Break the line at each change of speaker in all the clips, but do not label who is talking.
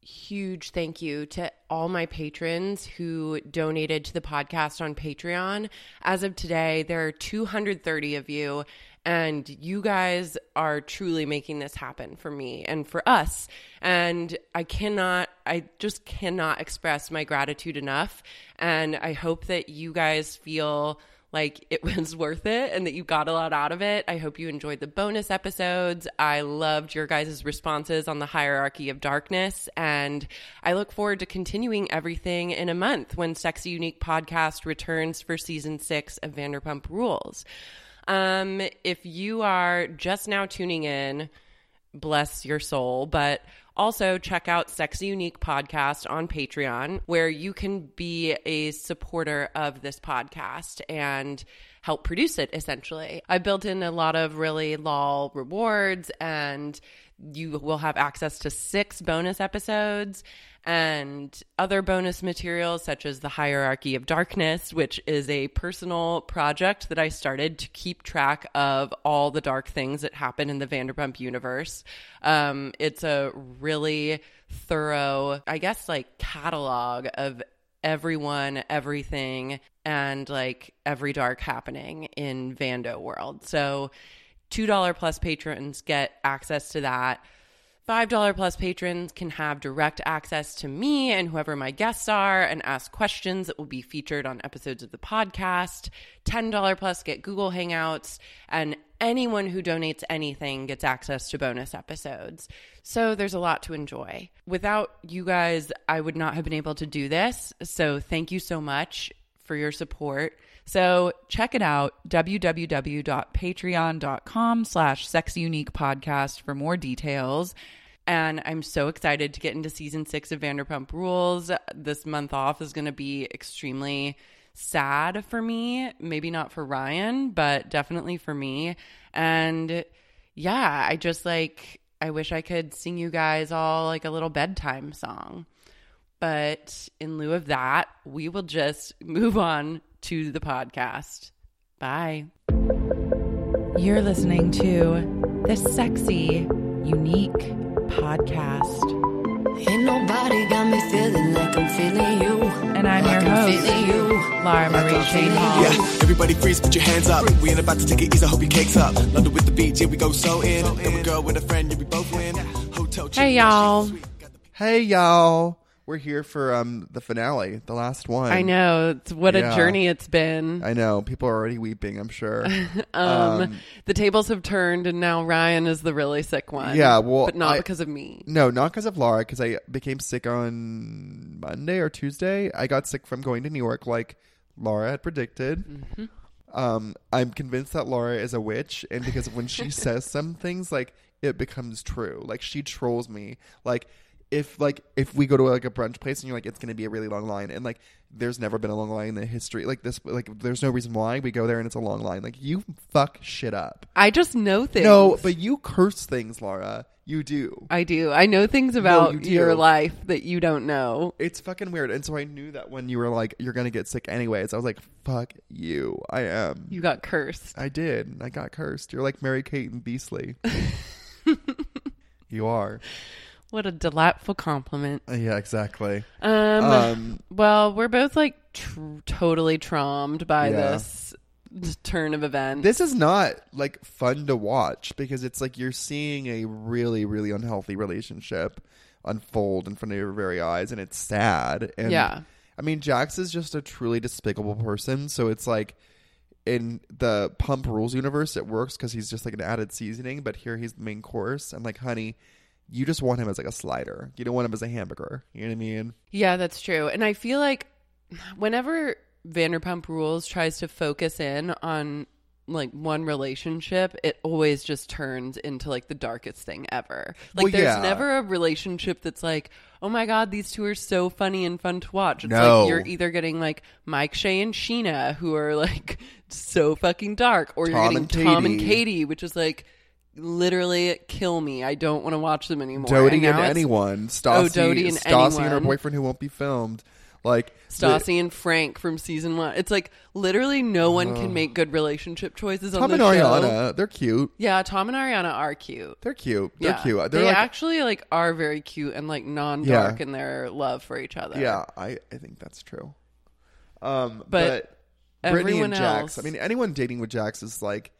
huge thank you to all my patrons who donated to the podcast on Patreon. As of today, there are 230 of you, and you guys are truly making this happen for me and for us. And I cannot, I just cannot express my gratitude enough. And I hope that you guys feel like it was worth it and that you got a lot out of it. I hope you enjoyed the bonus episodes. I loved your guys' responses on the hierarchy of darkness. And I look forward to continuing everything in a month when Sexy Unique Podcast returns for season six of Vanderpump Rules. Um, if you are just now tuning in, bless your soul. But also check out Sexy Unique Podcast on Patreon, where you can be a supporter of this podcast and help produce it essentially. I built in a lot of really lol rewards and you will have access to six bonus episodes and other bonus materials such as the hierarchy of darkness which is a personal project that i started to keep track of all the dark things that happen in the vanderpump universe um, it's a really thorough i guess like catalog of everyone, everything, and like every dark happening in Vando world. So $2 plus patrons get access to that. $5 plus patrons can have direct access to me and whoever my guests are and ask questions that will be featured on episodes of the podcast. $10 plus get Google Hangouts, and anyone who donates anything gets access to bonus episodes. So there's a lot to enjoy. Without you guys, I would not have been able to do this. So thank you so much for your support. So check it out, www.patreon.com slash sexyuniquepodcast for more details. And I'm so excited to get into season six of Vanderpump Rules. This month off is going to be extremely sad for me. Maybe not for Ryan, but definitely for me. And yeah, I just like, I wish I could sing you guys all like a little bedtime song. But in lieu of that, we will just move on to the podcast. Bye. You're listening to the Sexy Unique Podcast.
Ain't nobody got me feeling like I'm feeling you.
And I'm your
Feeling
host,
you.
Lara Marie Shane Hall.
Yeah, everybody freeze, put your hands up. We ain't about to take it easy, hope your cake's up. London with the beat, here we go, so in. Then we go with a friend, yeah, we both win. Hotel
Hey, y'all.
Hey y'all, we're here for um the finale, the last one.
I know. It's, what
Yeah.
a journey it's been.
I know. People are already weeping. I'm sure.
um, the tables have turned, and now Ryan is the really sick one.
Yeah, well,
But not
I-
because of me.
no, not because of Laura, because I became sick on Monday or Tuesday. I got sick from going to New York, like Laura had predicted. Um, I'm convinced that Laura is a witch, and because when she says some things, like it becomes true. Like she trolls me. Like if like if we go to like a brunch place and you're like it's gonna be a really long line, and like there's never been a long line in the history. Like this, like there's no reason why we go there and it's a long line. Like you fuck shit up.
I just know things.
No, but you curse things, Laura. You do.
I do. I know things about
you do.
your life that you don't know.
It's fucking weird. And so I knew that when you were like, you're going to get sick anyways, I was like, fuck you. I am.
You got cursed.
I did. and I got cursed. You're like Mary Kate and Beasley. you are.
What a delightful compliment.
Uh, Yeah, exactly.
Um,
Um,
well, we're both like tr- totally traumed by
Yeah.
this turn of events.
This is not like fun to watch because it's like you're seeing a really, really unhealthy relationship unfold in front of your very eyes, and it's sad. And
Yeah.
I mean, Jax is just a truly despicable person, so it's like in the Pump Rules universe, it works because he's just like an added seasoning, but here he's the main course, and like, honey. You just want him as like a slider. You don't want him as a hamburger. You know what I mean?
Yeah, that's true. And I feel like whenever Vanderpump Rules tries to focus in on like one relationship, it always just turns into like the darkest thing ever. Like
Well,
there's
yeah.
never a relationship that's like, "Oh my god, these two are so funny and fun to watch." It's
No.
like you're either getting like Mike Shay and Sheena who are like so fucking dark or you're
Tom
getting
and
Tom and
Katie.
Katie, which is like literally kill me. I don't want to watch them anymore.
Doty and,
now it's
anyone. Stassi,
Doty and
Stassi and her
Oh, anyone.
boyfriend who won't be filmed. Like the-
Stassi and Frank from season one. It's like literally no one can make good relationship choices on
Tom
the
and
show.
Ariana, they're cute.
Yeah, Tom and Ariana are cute.
They're cute. They're
yeah.
cute. They're
they
like,
actually like are very cute and like non-dark
Yeah.
in their love for each other.
yeah, I, I think that's true. Um,
But
but, Brittany
everyone
and Jax.
else-
I mean, anyone dating with Jax is like,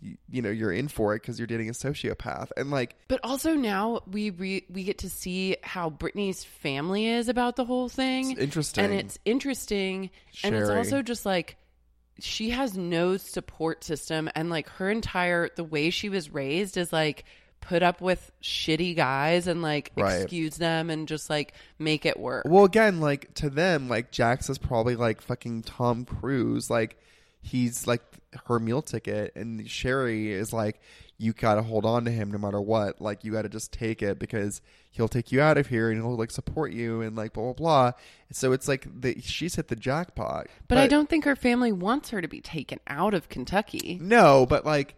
you, you know, you're in for it because you're dating a sociopath, and like,
But also now we re- we get to see how Britney's family is about the whole thing.
It's interesting.
and it's interesting, and it's
Sherry.
also just like she has no support system, and like her entire the way she was raised is like put up with shitty guys and like
Right.
excuse them and just like make it work.
Well, again, like to them, like Jax is probably like fucking Tom Cruise. Like he's like her meal ticket, and Sherry is like, you gotta hold on to him no matter what. Like you gotta just take it because he'll take you out of here and he'll like support you and like blah blah blah. So it's like the, she's hit the jackpot.
but, I don't think her family wants her to be taken out of Kentucky.
No, but like.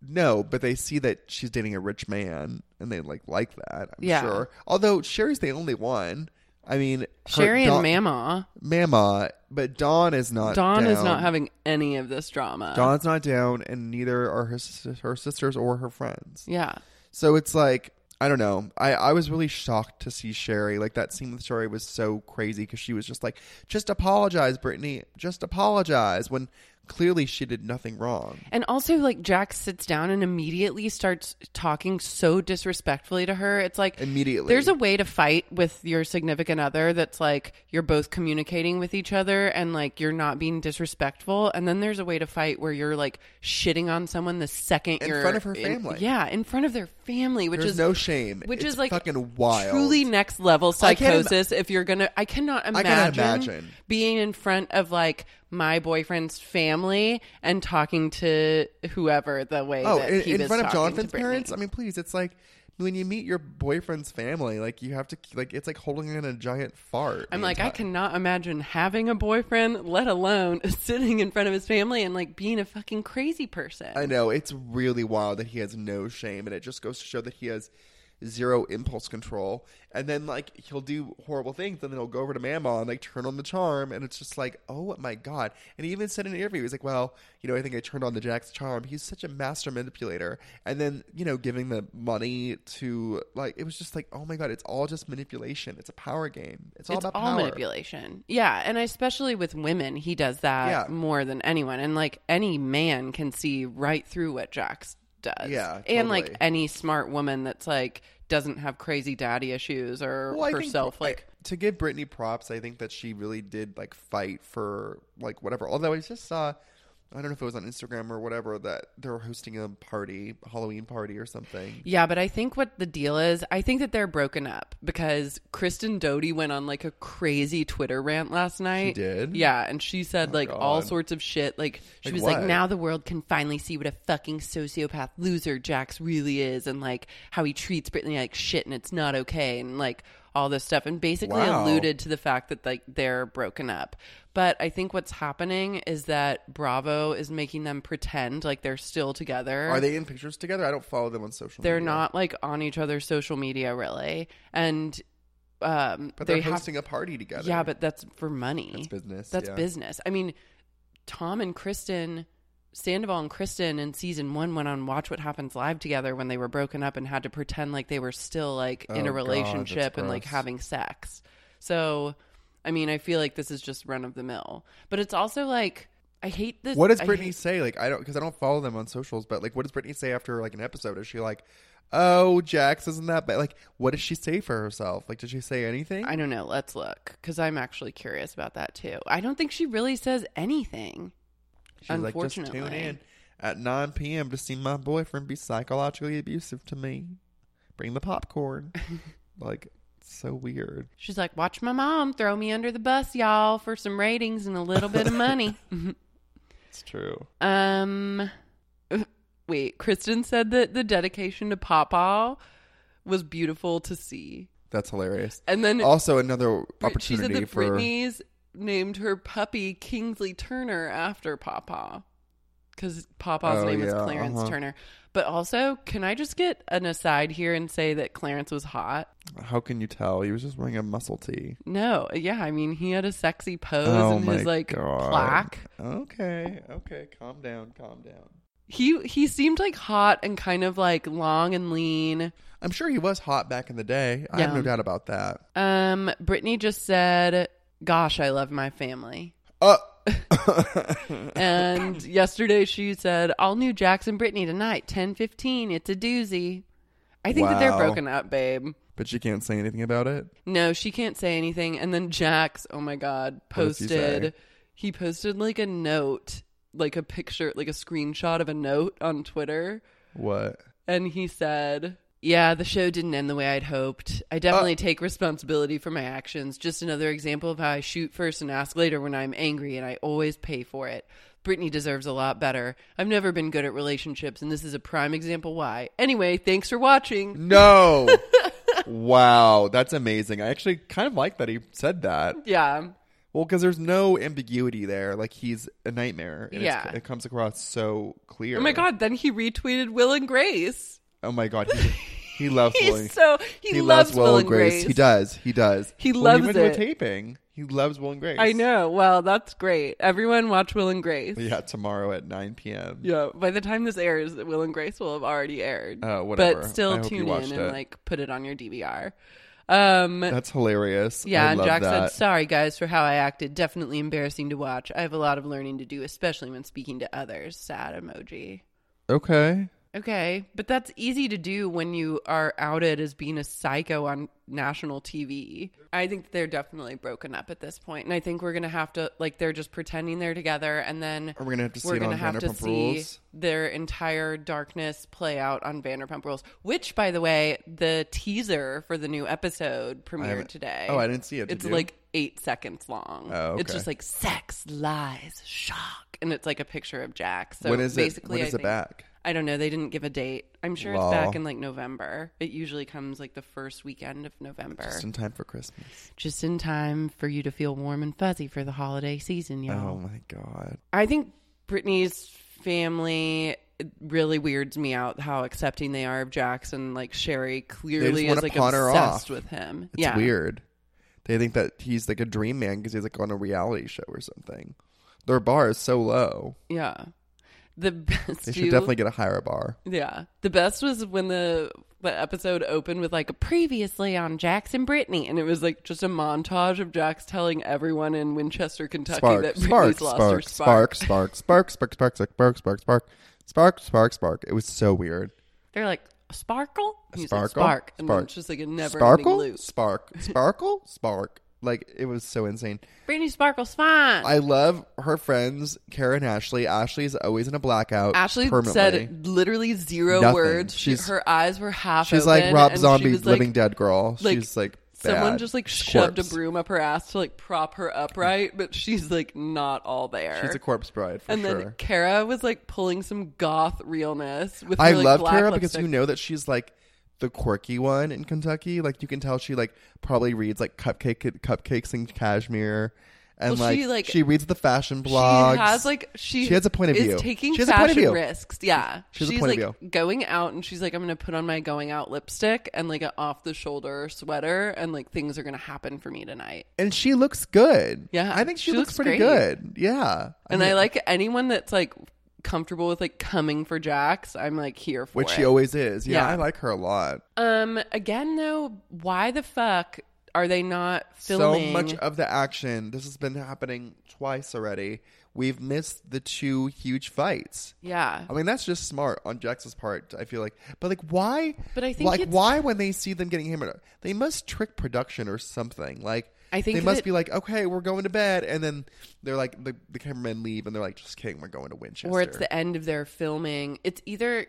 No, but they see that she's dating a rich man, and they like like that. I'm
Yeah.
sure. Although Sherry's the only one. I mean, her
Sherry and
Don-
Mama,
Mama, but Dawn is not.
Dawn is
down.
not having any of this drama.
Dawn's not down, and neither are her sis- her sisters or her friends.
yeah.
So it's like I don't know. I I was really shocked to see Sherry. Like that scene with Sherry was so crazy because she was just like, "Just apologize, Brittany. Just apologize." When clearly she did nothing wrong.
And also, like, Jack sits down and immediately starts talking so disrespectfully to her. It's like,
Immediately.
There's a way to fight with your significant other that's like you're both communicating with each other and like you're not being disrespectful. And then there's a way to fight where you're like shitting on someone the second
In
you're
front of her family.
yeah, in front of their family, which
There's
is
no shame.
Which
It's
is like
fucking wild.
truly next level
I can't ima-
psychosis. if you're gonna, I cannot
I
imagine,
cannot imagine.
being in front of like my boyfriend's family and talking to whoever the way
Oh,
that
in,
he
in
was talking
front of
to
Jonathan's
Brittany.
parents? I mean, please, it's like when you meet your boyfriend's family, like you have to like it's like holding in a giant fart.
I'm
the
like, I
entire-
cannot imagine having a boyfriend, let alone sitting in front of his family and like being a fucking crazy person.
I know it's really wild that he has no shame, and it just goes to show that he has zero impulse control. And then like he'll do horrible things, and then he'll go over to Mama and like turn on the charm, and it's just like, oh my god! And he even said in an interview, he's like, well, you know, I think I turned on the Jack's charm. He's such a master manipulator. And then you know, giving the money to like it was just like, oh my god, it's all just manipulation. It's a power game. It's all
it's
about
all
power.
manipulation. Yeah, and especially with women, he does that
Yeah.
more than anyone. And like any man can see right through what Jax does.
Yeah,
and like
totally.
any smart woman that's like doesn't have crazy daddy issues or
Well, I think- eh,
herself
I-
like.
to give Brittany props, I think that she really did like fight for like whatever. Although I just saw, I don't know if it was on Instagram or whatever that they were hosting a party, Halloween party or something.
Yeah, but I think what the deal is, I think that they're broken up because Kristen Doty went on like a crazy Twitter rant last night.
did? Oh
Yeah, and she said like all
God.
sorts of shit. Like she
Like
was like,
what?
now the world can finally see what a fucking sociopath loser Jax really is, and like how he treats Brittany like shit, and it's not okay, and like all this stuff, and basically
Wow.
alluded to the fact that like they're broken up. But I think what's happening is that Bravo is making them pretend like they're still together.
Are they in pictures together? I don't follow them on social.
They're
media.
not like on each other's social media really, and um,
But they're
they have
hosting a party together.
yeah, but that's for money.
That's business,
That's
yeah.
business. I mean, Tom and Kristen, Sandoval and Kristen in season one went on Watch What Happens Live together when they were broken up and had to pretend like they were still like
Oh,
in a
God,
relationship
that's
and like
gross.
having sex. So, I mean, I feel like this is just run of the mill, but it's also like I hate this.
What does
I
Brittany
hate-
say? Like I don't because I don't follow them on socials, but like what does Brittany say after like an episode? Is she like, "Oh, Jax isn't that bad"? Like what does she say for herself? Like did she say anything?
I don't know. Let's look because I'm actually curious about that too. I don't think she really says anything.
She's like, "Just tune
Unfortunately.
in at 9 p.m. to see my boyfriend be psychologically abusive to me. Bring the popcorn." like so weird.
She's like, watch my mom throw me under the bus, y'all, for some ratings and a little bit of money.
It's true.
um, wait, Kristen said that the dedication to Papa was beautiful to see,
That's hilarious.
and then
also another
Brit- she said
opportunity
that
for
Britney's named her puppy Kingsley Turner after Papa. Because Papa's
Oh,
name is
yeah,
Clarence
uh-huh.
Turner. But also, can I just get an aside here and say that Clarence was hot?
how can you tell? He was just wearing a muscle tee.
No, yeah, I mean, he had a sexy pose and his like
Oh God.
plaque.
Okay, okay, calm down, calm down.
He he seemed like hot and kind of like long and lean.
I'm sure he was hot back in the day. I have
Yeah.
no doubt about that.
Um, Brittany just said, "Gosh, I love my family."
Uh,
And yesterday she said, "All new Jackson Brittany tonight, ten fifteen. It's a doozy." I think that they're
Wow.
broken up, babe.
but you can't say anything about it.
No, she can't say anything. And then Jax, oh my God,
What does he say?
posted. He posted like a note, like a picture, like a screenshot of a note on Twitter.
What?
And he said, Yeah, the show didn't end the way I'd hoped. I
Uh,
definitely take responsibility for my actions. Just another example of how I shoot first and ask later when I'm angry, and I always pay for it. Brittany deserves a lot better. I've never been good at relationships, and this is a prime example why. Anyway, thanks for
Mm.
watching.
No. wow, that's amazing. I actually kind of like that he said that.
Yeah.
Well, because there's no ambiguity there. Like he's a nightmare. And it's-
Yeah.
it comes across so clear.
Oh my God. Then he retweeted Will and Grace.
Oh my god. He, he loves.
He's
Willing-
so- he loves Will and Grace.
He does. He does.
He
When
loves
went to a
it.
taping. He loves Will and Grace.
I know. Well, that's great. Everyone watch Will and Grace.
Yeah, tomorrow at 9 p.m.
Yeah, by the time this airs, Will and Grace will have already aired.
Oh, whatever.
But
I
still
hope
tune
you
in
watched
and
it.
like put it on your DVR. Um,
That's hilarious.
yeah,
I
and
love
Jack
that.
said, "Sorry guys for how I acted. Definitely embarrassing to watch. I have a lot of learning to do, especially when speaking to others." Sad emoji.
Okay.
Okay, but that's easy to do when you are outed as being a psycho on national TV. I think they're definitely broken up at this point, and I think we're gonna have to like they're just pretending they're together, and then
Are we gonna have to see
we're
it on
gonna have to
Vanderpump
see
Rules?
their entire darkness play out on Vanderpump Rules. Which, by the way, the teaser for the new episode premiered
haven't-
today.
Oh, I didn't see it. Did
It's
you?
like eight seconds long.
Oh,
It's
okay.
just like sex, lies, shock, and it's like a picture of Jack. So
when is it?
basically,
When
I
is it
think-
back?
I don't know. They didn't give a date. I'm sure
Lol.
it's back in like November. It usually comes like the first weekend of November.
Just
Just
in
in,
time for Christmas.
time for you to feel warm and fuzzy for the holiday season, y'all.
Oh my god.
I think Brittany's family it really weirds me out how accepting they are of Jackson. Like Sherry clearly
wanna
is like obsessed
pawn her off.
with him.
It's weird. They think that he's like a dream man because he's like on a reality show or something. Their bar is so low.
Yeah. The best
They should
you-
definitely get a higher bar.
Yeah. The best was when the the episode opened with like previously on Jax and Brittany and it was like just a montage of Jax telling everyone in Winchester, Kentucky that Brittany's
Spark, spark,
lost
spark,
her
spark, spark, spark, spark, spark, spark, spark, spark, spark, spark, spark, spark. It was so weird.
They're like sparkle? He's like,
Sparkle,
spark. And then
spark.
it's just like a never ending
sparkle,
loop.
spark, sparkle, spark. Like it was so insane.
Brittany Sparkle's fine.
I love her friends, Karen and Ashley. Ashley's always in a blackout.
Ashley
permanently.
said literally zero
Nothing.
words. She-
She's-
her eyes were half
she's
open,
like Rob
and she
Zombie,
was, like,
Living Dead girl. she's like
someone
bad.
just like
She's
shoved
corpse.
a broom up her ass to like prop her upright, but she's like not all there.
She's a corpse bride for
and
sure.
then Kara was like pulling some goth realness with. Her,
I
like,
love
black
Kara because
lipstick.
you know that she's like the quirky one in Kentucky. Like you can tell she like probably reads like cupcake cupcakes and cashmere. And
Well,
like,
she,
she,
like-
reads the fashion
She
blogs.
has like she,
She has a point of
is
view.
Taking
She has a
fashion
point of view.
risks, yeah.
She has a
she's
point of
like
view.
going out, and she's like, "I'm going to put on my going out lipstick and like an off the shoulder sweater, and like things are going to happen for me tonight."
and she looks good.
Yeah,
I think she,
she
looks,
looks
pretty
great.
good. Yeah,
And
mean,
I like anyone that's like comfortable with like coming for Jax. I'm like here for
which
it.
she always is. Yeah,
Yeah.
I like her a lot.
um, again though, why the fuck are they not filming?
So much of the action. This has been happening twice already. We've missed the two huge fights.
yeah.
I mean, that's just smart on Jax's part. I feel like, but like, why?
But I think
like,
it's-
why when they see them getting hammered, they must trick production or something. Like,
I think
they must
that-
be like, okay, we're going to bed, and then they're like, the, the cameramen leave, and they're like, just kidding, we're going to Winchester.
Or it's the end of their filming. It's either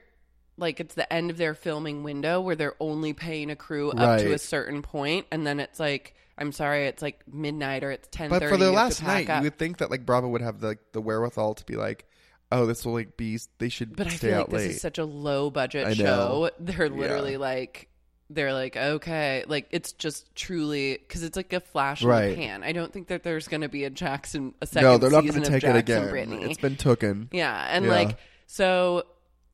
like it's the end of their filming window where they're only paying a crew up to a
Right.
certain point, and then it's like, I'm sorry, it's like midnight or it's ten thirty.
But for their last night, you would think that like Bravo would have the the wherewithal to be like, oh, this will like be they should
But I
stay
feel like
out
this
late.
is such a low
I
budget show.
know.
They're literally
Yeah.
like, they're like, okay, like it's just truly because it's like a flash in
Right.
the pan. I don't think that there's going to be a Jackson a second.
no, they're not
going to
take it again.
Brittany.
It's been taken.
yeah, and
Yeah.
like so,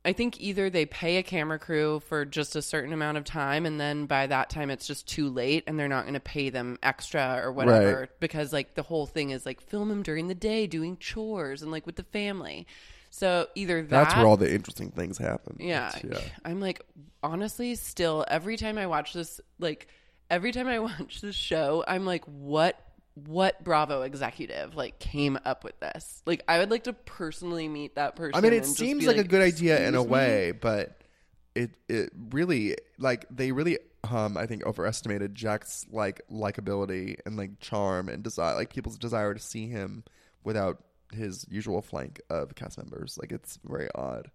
I think either they pay a camera crew for just a certain amount of time, and then by that time it's just too late, and they're not going to pay them extra or whatever because like the whole thing is like film them during the day doing chores and like with the family. So either that
That's where all the interesting things happen.
yeah. I'm like, honestly, still, every time I watch this, like, every time I watch this show, I'm like, what, what Bravo executive, like, came up with this? Like, I would like to personally meet that person.
I mean,
and
it
just
seems
be
like, a good idea in a
"Excuse me?"
way, but it it really like they really um I think overestimated Jack's like likability and like charm and desire like people's desire to see him without his usual flank of cast members. Like it's very odd.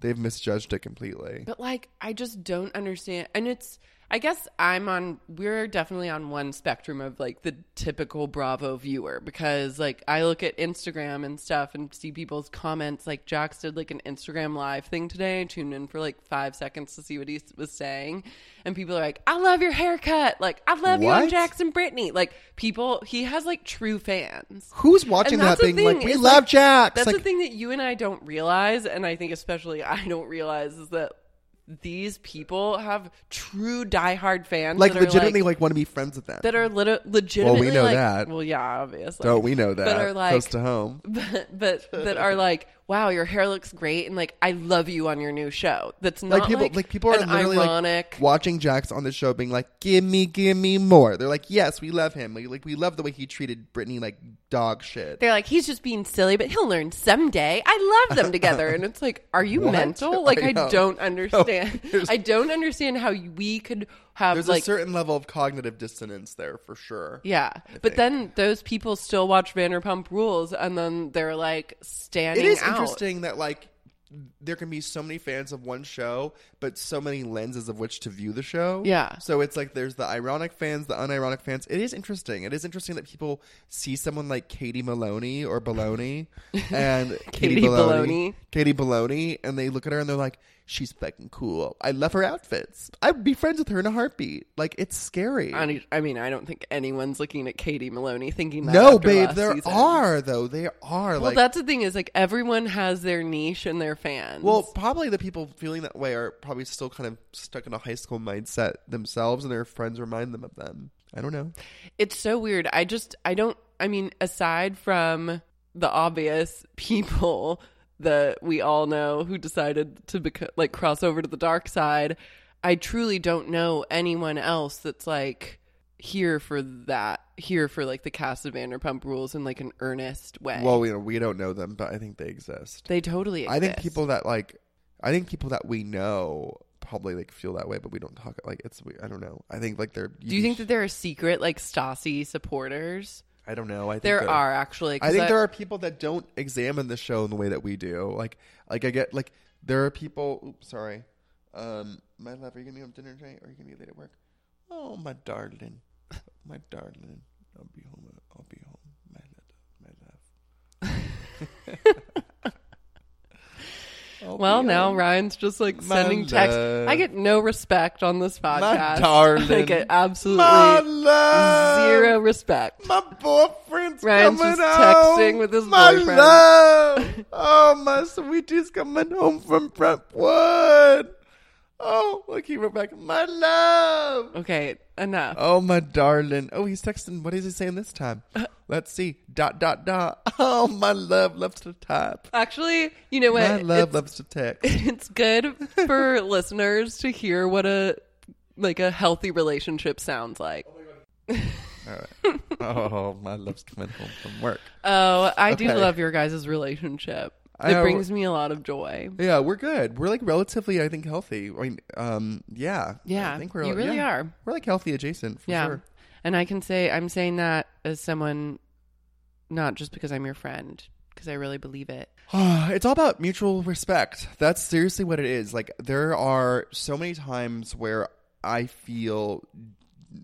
They've misjudged it completely.
But, like, I just don't understand. And it's, I guess I'm on, we're definitely on one spectrum of like the typical Bravo viewer because, like, I look at Instagram and stuff and see people's comments. Like, Jax did like an Instagram live thing today. I tuned in for like five seconds to see what he s- was saying. And people are like, I love your haircut. Like, I love you on
What?
Jax and Brittany. Like, people, he has like true fans.
Who's watching
And
that
that's the
thing, like we
is,
love Jax?
That's
like
the thing that you and I don't realize, and I think especially I don't realize is that these people have true diehard fans,
like
that are,
legitimately like, want to be friends with them.
that are lit- legitimately
know
like,
that.
Well, yeah, obviously.
Don't we know that?
But are like
Close to home.
But, but that are like, wow, your hair looks great, and like, I love you on your new show. That's not
like people like, people are
an
literally like,
ironic.
watching Jax on the show being like give me give me more they're like yes we love him like, like we love the way he treated Brittany like dog shit
they're like, he's just being silly, but he'll learn someday. I love them together. And it's like, are you
What?
mental? Like,
I
I,
know.
don't understand.
there's-
I don't understand how we could have
there's
like
a certain level of cognitive dissonance there for sure
Yeah, but
think.
then those people still watch Vanderpump Rules, and then they're like standing.
it is
out.
interesting that like there can be so many fans of one show but so many lenses of which to view the show
Yeah.
so it's like there's the ironic fans the unironic fans it is interesting it is interesting that people see someone like katie maloney or baloney and katie,
Katie
baloney
Baloney.
katie baloney and they look at her and they're like she's fucking cool i love her outfits i'd be friends with her in a heartbeat like it's scary
I need- I mean, I don't think anyone's looking at Katie Maloney thinking that.
no
after
babe
last
there
season.
are though there are
Well,
like
that's the thing is like everyone has their niche and their fans.
Well, probably the people feeling that way are probably still kind of stuck in a high school mindset themselves, and their friends remind them of them. I don't know.
it's so weird. I just I don't. I mean, aside from the obvious people that we all know who decided to bec- like cross over to the dark side, I truly don't know anyone else that's like here for that here for like the cast of Vanderpump Rules in like an earnest way.
Well, we we don't know them, but I think they exist.
they totally. Exist.
I think people that like, I think people that we know probably like feel that way, but we don't talk. Like it's, we- I don't know. I think like they're.
Do you think that there are secret like Stassi supporters?
I don't know. I think
There
that-
are actually. 'cause
I think there are people that don't examine the show in the way that we do. Like, like I get like there are people. Oops, sorry. Um, my love, are you gonna be home dinner tonight, or are you gonna be late at work? Oh, my darling, my darling, I'll be home. uh, I'll be home, my love, my love. I'll be
Well, now
home.
Ryan's just like
My
sending texts.
love.
I get no respect on this podcast.
darling.
I get
my
absolutely
love,
zero respect.
My boyfriend's
Ryan's
coming
just texting
home.
with his
my
boyfriend.
Love. Oh, my sweetie's coming home from Brentwood. Oh, look, he wrote back, my love.
Okay, enough.
Oh, my darling. Oh, he's texting. What is he saying this time?
Uh,
Let's see. Dot, dot, dot. Oh, my love loves to type.
Actually, you know what?
My love
it's,
loves to text.
it's good for listeners to hear what a like a healthy relationship sounds like.
Oh, my love's coming home from work.
Oh, I do love your guys' relationship.
I
It
know.
brings me a lot of joy.
Yeah, we're good. We're like relatively, I think, healthy. I mean, um, yeah,
Yeah,
I think we're
you really
yeah.
are.
We're like healthy adjacent for
yeah.
sure.
And I can say, I'm saying that as someone, not just because I'm your friend, because I really believe it.
it's all about mutual respect. That's seriously what it is. Like there are so many times where I feel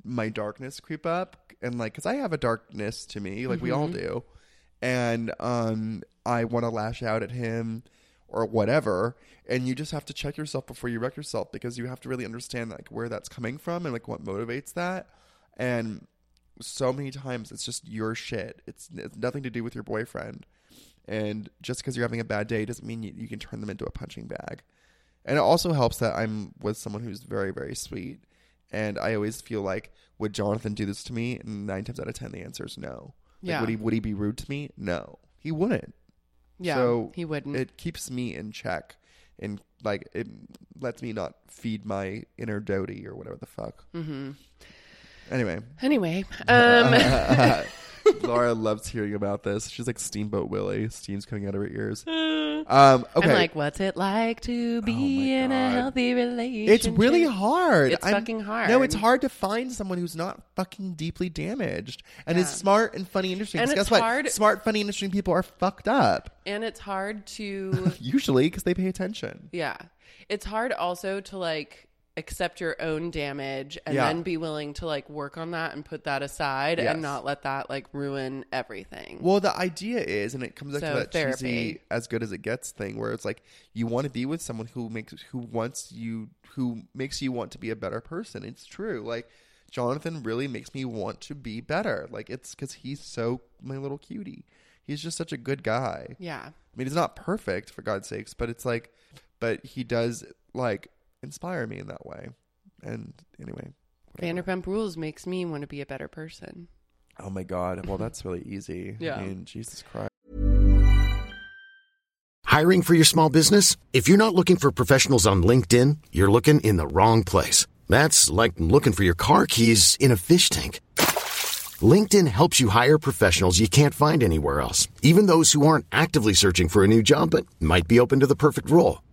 my darkness creep up and like cuz I have a darkness to me, like we all do. And um I want to lash out at him or whatever, and you just have to check yourself before you wreck yourself because you have to really understand like where that's coming from and like what motivates that. And so many times it's just your shit. It's, it's nothing to do with your boyfriend. And just because you're having a bad day doesn't mean you, you can turn them into a punching bag. And it also helps that I'm with someone who's very, very sweet. And I always feel like, would Jonathan do this to me? And nine times out of ten, the answer is no. Like,
Yeah.
Would he Would he be rude to me? No, he wouldn't.
Yeah,
So
he wouldn't.
It keeps me in check, and like it lets me not feed my inner doty or whatever the fuck. Mm-hmm. Anyway,
Anyway, um,
Laura loves hearing about this. She's like Steamboat Willie. Steam's coming out of her ears. Um, okay. Oh
I'm like, what's it like to be in a
God.
healthy relationship?
it's really hard.
It's fucking hard.
No, it's hard to find someone who's not fucking deeply damaged and is smart and funny and interesting.
And
'Cause
it's
guess what?
hard-
Smart, funny, interesting people are fucked up
And it's hard to,
usually because they pay attention.
yeah. It's hard also to like accept your own damage and
Yeah.
then be willing to like work on that and put that aside
Yes.
and not let that like ruin everything.
Well, the idea is, and it comes back
So,
to that cheesy
therapy.
"as good as it gets" thing, where it's like you want to be with someone who makes who wants you who makes you want to be a better person. It's true. Like Jonathan really makes me want to be better. Like it's because he's so my little cutie. He's just such a good guy.
yeah.
I mean, he's not perfect for God's sakes, but it's like, but he does like inspire me in that way. And anyway,
Vanderpump Rules makes me want to be a better person.
oh my God, well that's really easy.
Yeah.
I mean, Jesus Christ.
Hiring for your small business? If you're not looking for professionals on LinkedIn, you're looking in the wrong place. That's like looking for your car keys in a fish tank. LinkedIn helps you hire professionals you can't find anywhere else, even those who aren't actively searching for a new job but might be open to the perfect role.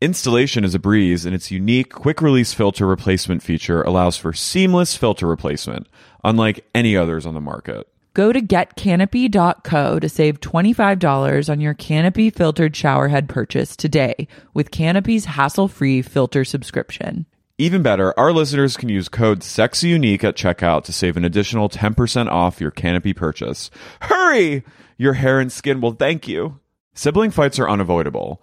Installation is a breeze, and its unique quick release filter replacement feature allows for seamless filter replacement, unlike any others on the market.
Go to getcanopy.co to save $25 on your Canopy filtered showerhead purchase today with Canopy's hassle free filter subscription.
Even better, our listeners can use code SEXYUNIQUE at checkout to save an additional 10% off your Canopy purchase. Hurry! Your hair and skin will thank you. Sibling fights are unavoidable,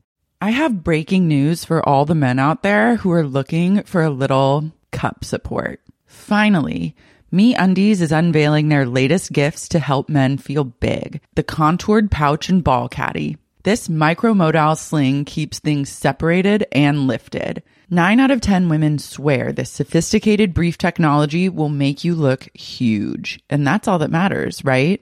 I have breaking news for all the men out there who are looking for a little cup support. Finally, Me Undies is unveiling their latest gifts to help men feel big the contoured pouch and ball caddy. This micromodal sling keeps things separated and lifted. Nine out of 10 women swear this sophisticated brief technology will make you look huge. And that's all that matters, right?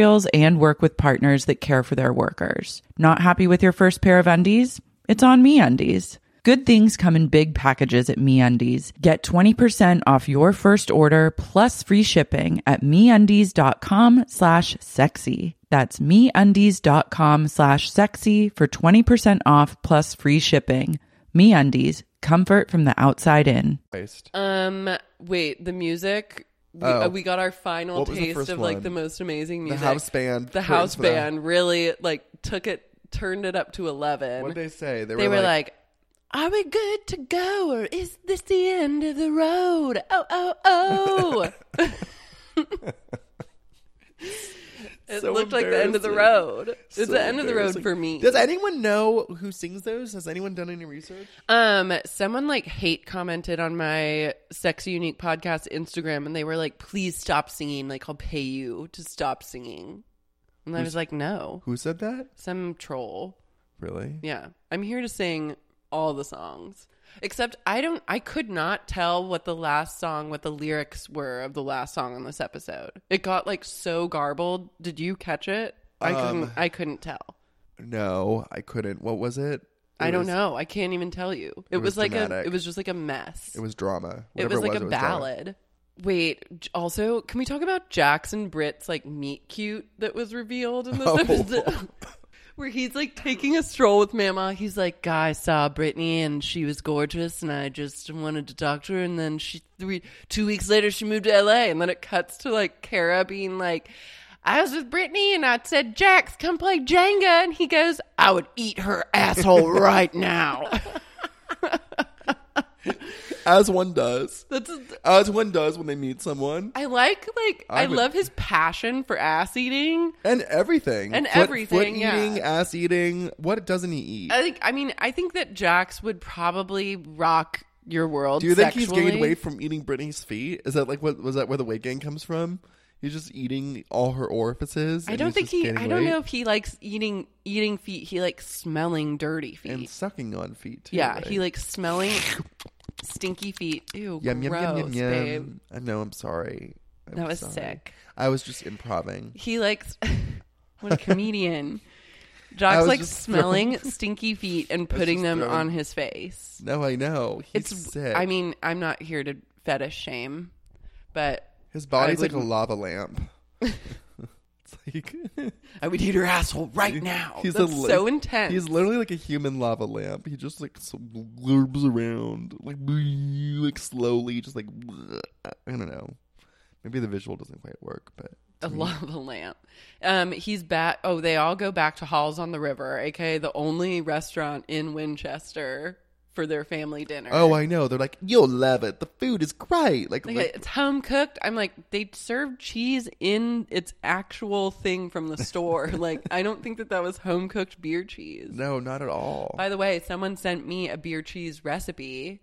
and work with partners that care for their workers. Not happy with your first pair of undies? It's on me undies. Good things come in big packages at MeUndies. Get 20% off your first order plus free shipping at MeUndies.com slash sexy. That's MeUndies.com slash sexy for 20% off plus free shipping. MeUndies, comfort from the outside in.
Christ.
Um, wait, the music. We,
Oh.
uh, we got our final
What was the
taste
first
of like
one?
the most amazing
The
music.
house band.
The
Curtains
house
for the-
band really like took it, turned it up to eleven.
What did they say?
they were like, "Are we good to go, or is this the end of the road?" Oh, oh, oh! it
So
looked like the end of the
embarrassing.
road. It's
So
the end of the road
embarrassing.
for me.
Does anyone know who sings those? Has anyone done any research?
Um, someone like hate commented on my sexy unique podcast Instagram, and they were like, "Please stop singing. Like, I'll pay you to stop singing." And I was like, "No,
Who said that?
some troll."
Really?
Yeah, I'm here to sing all the songs. Except I don't. I could not tell what the last song, what the lyrics were of the last song on this episode. It got like so garbled. Did you catch it? I couldn't.
Um,
I couldn't tell.
No, I couldn't. What was it? It
I don't
was-
know. I can't even tell you. It,
it
was,
was
like a.
dramatic.
It was just like a mess.
It was drama.
it
Whatever
was like a
drama.
ballad. Wait, j- also, can we talk about Jackson Britt's like meet cute that was revealed in this
Oh.
episode? Where he's like taking a stroll with Mama. He's like, Guy saw Brittany and she was gorgeous and I just wanted to talk to her. And then she, three, two weeks later, she moved to LA. And then it cuts to like Kara being like, I was with Brittany and I said, Jax, come play Jenga. And he goes, I would eat her asshole right now.
As one does.
That's
As one does when they meet someone.
I like like I,
I would-
love his passion for ass eating.
And everything.
And
Foot- Foot
everything, yeah.
eating, ass eating. What doesn't he eat?
I think I mean I think that Jax would probably rock your world.
Do you think
sexually.
he's gained weight from eating Britney's feet? Is that like what was that where the weight gain comes from? He's just eating all her orifices.
I
and
don't
he's
think
just
he.
gaining
I don't
weight
know if he likes eating eating feet. He likes smelling dirty feet.
and sucking on feet. Too,
yeah,
right?
he likes smelling stinky feet. Ew,
yum yum
gross,
yum yum yum.
babe.
I know. I'm sorry. I'm
That was
sorry.
sick.
I was just improving.
He likes what a comedian. Jax
was
likes
just
smelling stinky feet and
was
putting
just
them
throwing-
on his face.
No, I know. He's
it's
sick.
I mean, I'm not here to fetish shame, but
his body's
I
like a
wouldn't-
lava lamp. it's like
I would eat her asshole right now.
He's
That's
a li-
so intense.
He's literally like a human lava lamp. He just like s- blurbs around, like like slowly, just like I don't know. Maybe the visual doesn't quite work, but
a lava lamp. Um, he's back. Oh, they all go back to Halls on the River, aka the only restaurant in Winchester for their family dinner.
oh, I know. They're like, you'll love it. The food is great. Like,
Like,
like-
it's home cooked. I'm like, they serve cheese in its actual thing from the store. like, I don't think that that was home cooked beer cheese.
no, not at all.
By the way, someone sent me a beer cheese recipe,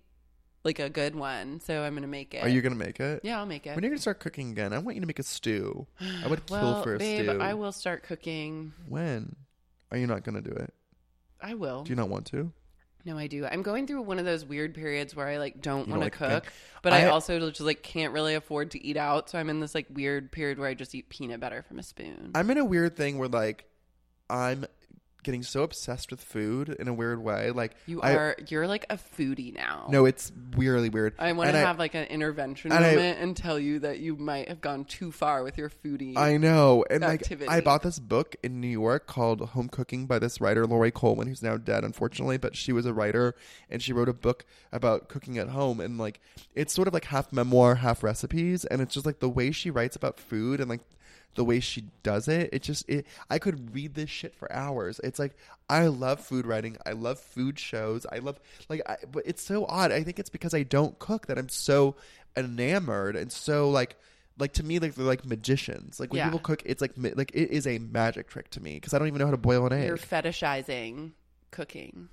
like a good one. So I'm gonna make it.
Are you gonna make it?
Yeah, I'll make it.
When are you gonna start cooking again? I want you to make a stew. I would kill
well,
for a
babe,
stew.
I will start cooking.
When are you not gonna do it?
I will.
Do you not want to?
No, I do. I'm going through one of those weird periods where I like don't want to
like to
cook,
cook.
but I,
I-
also just like can't really afford to eat out. So I'm in this like weird period where I just eat peanut butter from a spoon.
I'm in a weird thing where like I'm getting so obsessed with food in a weird way. Like
you
I-
are you're like a foodie now.
no, it's weirdly weird.
I want
And
to have like an intervention
and I-
moment and tell you that you might have gone too far with your foodie.
I know. And
activity.
like I bought this book in New York called Home Cooking by this writer Lori Coleman who's now dead unfortunately, but she was a writer and she wrote a book about cooking at home and like it's sort of like half memoir, half recipes and it's just like the way she writes about food and like the way she does it, it just it I could read this shit for hours. It's like I love food writing. I love food shows. I love like I, but it's so odd. I think it's because I don't cook that I'm so enamored and so like like to me like they're like magicians. Like when
Yeah.
people cook, it's like ma- like it is a magic trick to me because I don't even know how to boil an egg.
You're fetishizing cooking.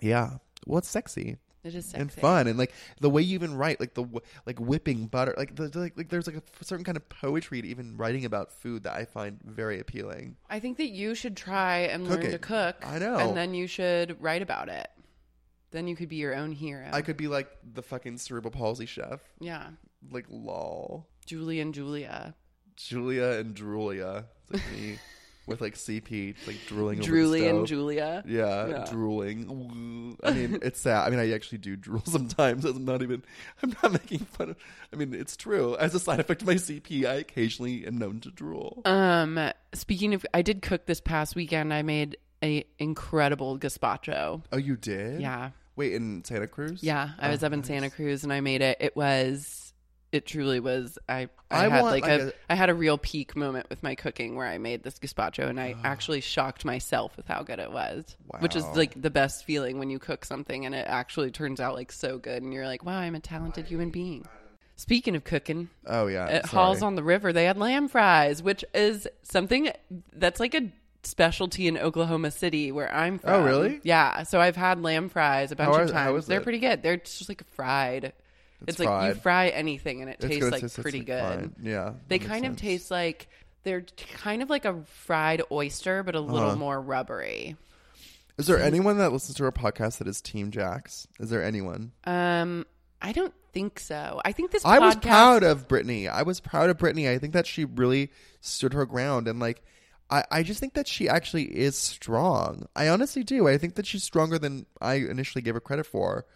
yeah, well, it's sexy.
It is sexy.
And fun and like the way you even write like the w- like whipping butter like the, the- like like there's like a f- certain kind of poetry to even writing about food that I find very appealing.
I think that you should try and learn to
Cooking.
cook.
I know.
And then you should write about it. Then you could be your own hero.
I could be like the fucking cerebral palsy chef,
Yeah.
like lol,
Julie and Julia.
Julia and Drulia, it's like me with like CP, like drooling.
Julie
over the
and
stove.
Julia.
Yeah, drooling. I mean, it's sad. I mean, I actually do drool sometimes. I'm not even. I'm not making fun of. I mean, it's true. As a side effect of my CP, I occasionally am known to drool.
Um, speaking of, I did cook this past weekend. I made a incredible gazpacho.
oh, you did?
Yeah.
Wait, in Santa Cruz?
Yeah, I
Oh,
was up in Santa Cruz and I made it. It was, it truly was. I I,
I
had
want,
like,
like,
a,
a-
I had a real peak moment with my cooking where I made this gazpacho and I actually shocked myself with how good it was, which is
Ah. Wow.
like the best feeling when you cook something and it actually turns out like so good and you're like, wow, I'm a talented human being. Speaking of cooking,
Oh, yeah.
at
sorry.
Halls on the River, they had lamb fries, which is something that's like a specialty in Oklahoma City where I'm from.
Oh, really?
Yeah. So I've had lamb fries a bunch of
How
times.
are- how is
They're
it?
pretty good. They're just like fried. It's,
It's
like you
fried.
fry anything and it
It's
tastes
good,
like
it's- it's,
pretty
like,
good.
fine. Yeah,
They
that makes
kind of
sense.
taste like they're t- kind of like a fried oyster, but a
Uh-huh.
little more rubbery.
Is there anyone that listens to our podcast that is Team Jax? Is there anyone?
Um, I don't think so. I think this.
I was
podcast-
proud of Brittany. I was proud of Brittany. I think that she really stood her ground and like I, I just think that she actually is strong. I honestly do. I think that she's stronger than I initially gave her credit for.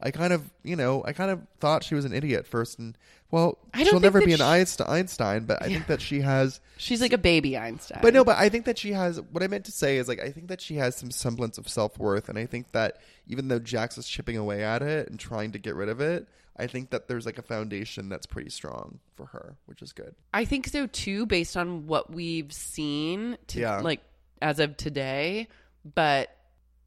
I kind of, you know, I kind of thought she was an idiot first, and well,
I don't
she'll
think
never
that
be an
she-
Einst- Einstein, but I think that she has.
She's like a baby Einstein.
But no, but I think that she has. What I meant to say is, like, I think that she has some semblance of self worth, and I think that even though Jax is chipping away at it and trying to get rid of it, I think that there's like a foundation that's pretty strong for her, which is good.
I think so too, based on what we've seen, to,
Yeah.
like as of today. But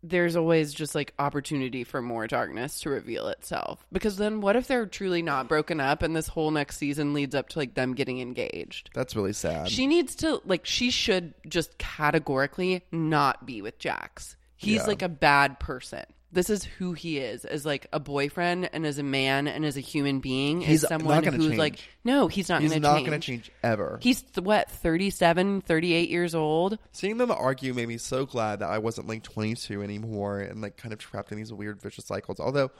there's always just like opportunity for more darkness to reveal itself. Because then, what if they're truly not broken up, and this whole next season leads up to like them getting engaged?
That's really sad.
She needs to like she should just categorically not be with Jax. He's
Yeah.
like a bad person. This is who he is as like a boyfriend and as a man and as a human being.
He's
as
not
someone
gonna
who's like
change.
no, he's not
He's
gonna
not
change.
gonna change ever.
He's th- what, 37, 38 years old?
Seeing them argue made me so glad that I wasn't like 22 anymore and like kind of trapped in these weird vicious cycles. Although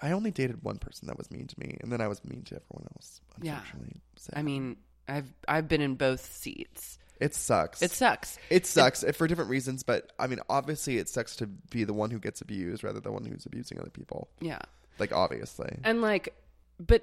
I only dated one person that was mean to me, and then I was mean to everyone else.
Yeah.
Unfortunately, Sad.
I mean, I've I've been in both seats.
it sucks.
It sucks.
It sucks eh, for different reasons, but I mean, obviously, it sucks to be the one who gets abused rather than the one who's abusing other people.
Yeah.
Like, obviously,
And like, but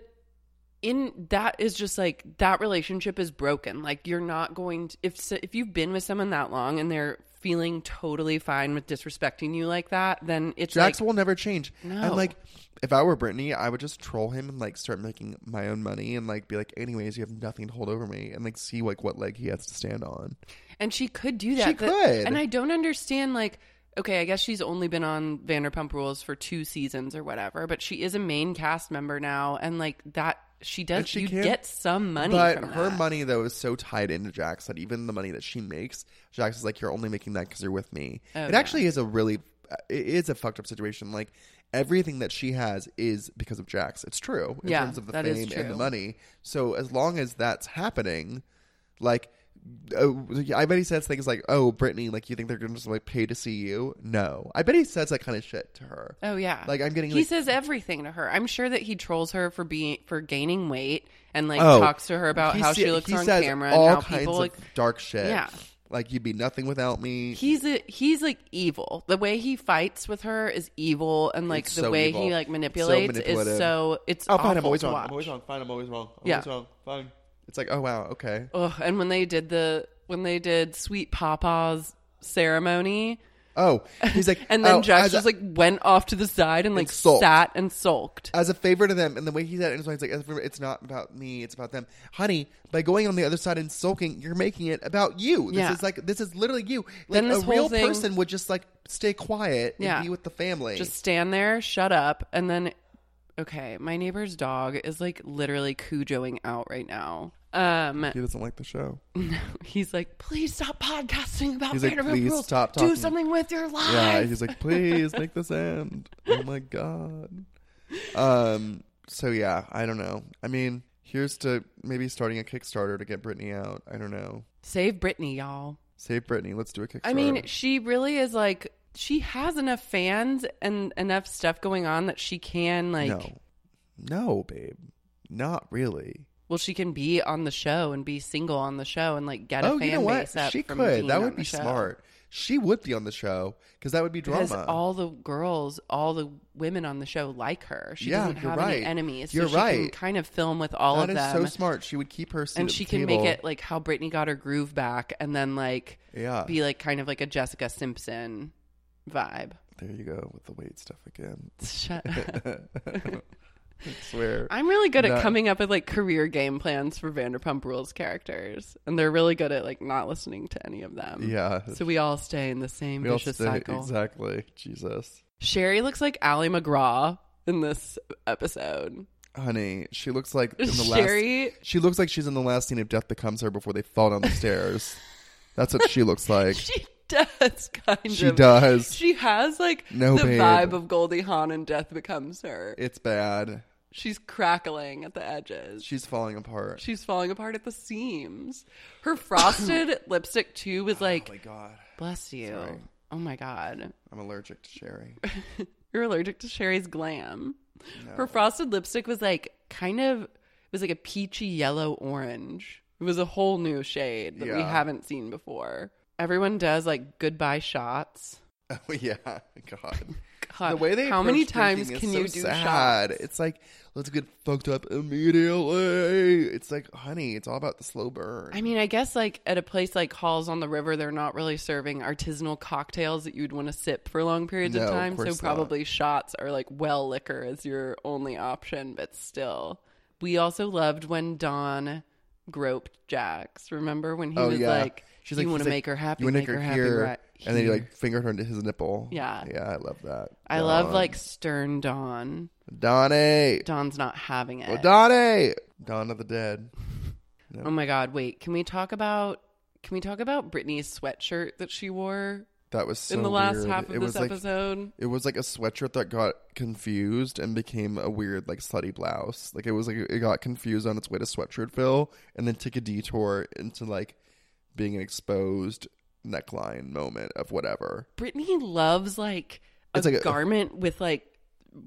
in that is just like that relationship is broken. Like you're not going to, if so- if you've been with someone that long and they're feeling totally fine with disrespecting you like that, then it's
Jax
like
will never change.
No.
And like, if I were Brittany, I would just troll him and like start making my own money and like be like, anyways, you have nothing to hold over me, and like see like what leg he has to stand on.
and she could do that.
She
The-
could.
And I don't understand like okay, I guess she's only been on Vanderpump Rules for two seasons or whatever, but she is a main cast member now and like that she does
And she
you
can't-
get some money
but
from
her
that.
money though is so tied into Jax that even the money that she makes, Jax is like, "You're only making that because you're with me." it
Oh, yeah.
actually is a really, uh, it is a fucked up situation. Like everything that she has is because of Jax. It's true in
Yeah,
terms of the
that is
fame and the
true.
money. So as long as that's happening, like uh, I bet he says things like, "Oh, Brittany, like you think they're gonna just like pay to see you?" No, I bet he says that kind of shit to her.
Oh yeah.
Like, I'm getting,
He
like-
says everything to her. I'm sure that he trolls her for being for gaining weight and like
Oh.
talks to her about
He
how
sa-
she looks
he
on
says
camera
all
and how
kinds
people
of
like
dark shit.
Yeah.
like you'd be nothing without me.
he's a, he's like evil. The way he fights with her is evil and like
It's
the
so
way
evil.
he like
So
manipulates
manipulative.
is so it's
oh,
awful
fine, I'm always
to
wrong.
watch.
I'm always wrong. Fine, I'm always wrong. I'm
Yeah.
always wrong. Fine. It's like, oh wow, okay.
Ugh, and when they did the when they did Sweet Papa's ceremony,
Oh, he's like,
and then
oh,
Jax
as
just
a-
like went off to the side and like
sulked.
sat and sulked.
as a favor to them, and the way he said it, it's like, as a favor- it's not about me, it's about them. Honey, by going on the other side and sulking, you're making it about you. This
Yeah.
is like, this is literally you. Like,
Then this
a
whole
real
thing-
person would just like stay quiet and
Yeah.
be with the family.
Just stand there, shut up, and then okay, my neighbor's dog is like literally cujoing out right now. Um,
he doesn't like the show.
he's like, please stop podcasting about
He's like,
Vanderpump
"Please
Rules.
stop
Do
talking."
something with your life.
Yeah, he's like, please make this end. Oh my god. Um. So yeah, I don't know. I mean, here's to maybe starting a Kickstarter to get Brittany out. I don't know.
Save Britney, y'all.
Save Brittany. Let's do a Kickstarter.
I mean, she really is like she has enough fans and enough stuff going on that she can like
no, no, babe, not really.
well she can be on the show and be single on the show and like get a
oh,
fan
you know what?
base up.
She
from
could.
being
That
on
would
the
be
show.
smart. She would be on the show because that would be drama.
Because all the girls, all the women on the show like her. She
Yeah,
doesn't
you're
have
right.
any enemies.
You're
so she can
right.
kind of film with all
That
of
is
them.
so smart. She would keep her seat
and
at
she
the
can
table.
make it like how Britney got her groove back and then like
Yeah.
be like kind of like a Jessica Simpson vibe.
There you go with the weight stuff again.
Shut up.
swear.
I'm really good at
No.
coming up with like career game plans for Vanderpump Rules characters, and they're really good at like not listening to any of them.
Yeah.
So we all stay in the same
We all
vicious
stay-
cycle.
Exactly. Jesus.
Sherry looks like Allie McGraw in this episode.
Honey, she looks like in the
Sherry-
last. She looks like she's in the last scene of Death Becomes Her before they fall down the stairs. That's what she looks like.
She does kind
She
of.
does.
She has like
No,
the
babe.
vibe of Goldie Hawn and Death Becomes Her.
It's bad.
She's crackling at the edges.
She's falling apart.
She's falling apart at the seams. Her frosted lipstick too was like,
oh my god,
bless you.
Sorry.
Oh my god.
I'm allergic to Sherry.
You're allergic to Sherry's glam. Her frosted lipstick was like kind of it was like a peachy yellow orange. It was a whole new shade that we
Yeah.
haven't seen before. Everyone does like goodbye shots.
oh yeah, God.
God,
the way they
how many
approach drinking
times
is
can
so
you do
sad.
shots?
It's like let's get fucked up immediately. It's like, honey, it's all about the slow burn.
I mean, I guess like at a place like Halls on the River, they're not really serving artisanal cocktails that you'd want to sip for long periods
No,
of
of
time. so
course not.
probably shots are like well liquor is your only option, but still. We also loved when Don groped Jax. Remember when he
Oh,
was like, She's you want
he's
to make her happy,
you wanna
make her, happy right
and then you
here."
like fingered her into his nipple.
Yeah.
yeah, I love that.
I love
Don.
like stern Don.
Donnie,
Don's not having it.
oh, Donnie, Dawn of the Dead.
Oh my god, wait. Can we talk about can we talk about Britney's sweatshirt that she wore
That was so
in the last
weird.
half of
it
this
was like
episode?
it was like a sweatshirt that got confused and became a weird like slutty blouse. Like it was like it got confused on its way to sweatshirtville and then took a detour into like being an exposed neckline moment of whatever.
Brittany loves like a
It's like a-
garment with like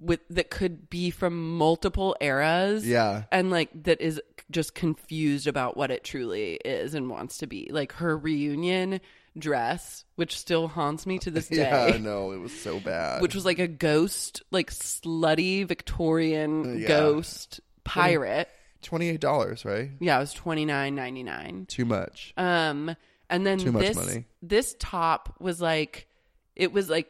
with that could be from multiple eras.
Yeah.
And like that is just confused about what it truly is and wants to be. Like her reunion dress, which still haunts me to this day.
Yeah, no, it was so bad.
Which was like a ghost, like slutty Victorian
Yeah.
ghost pirate.
twenty eight dollars, right?
Yeah, it was twenty nine ninety nine.
Too much.
Um, and then
Too much
this
money.
this top was like, it was like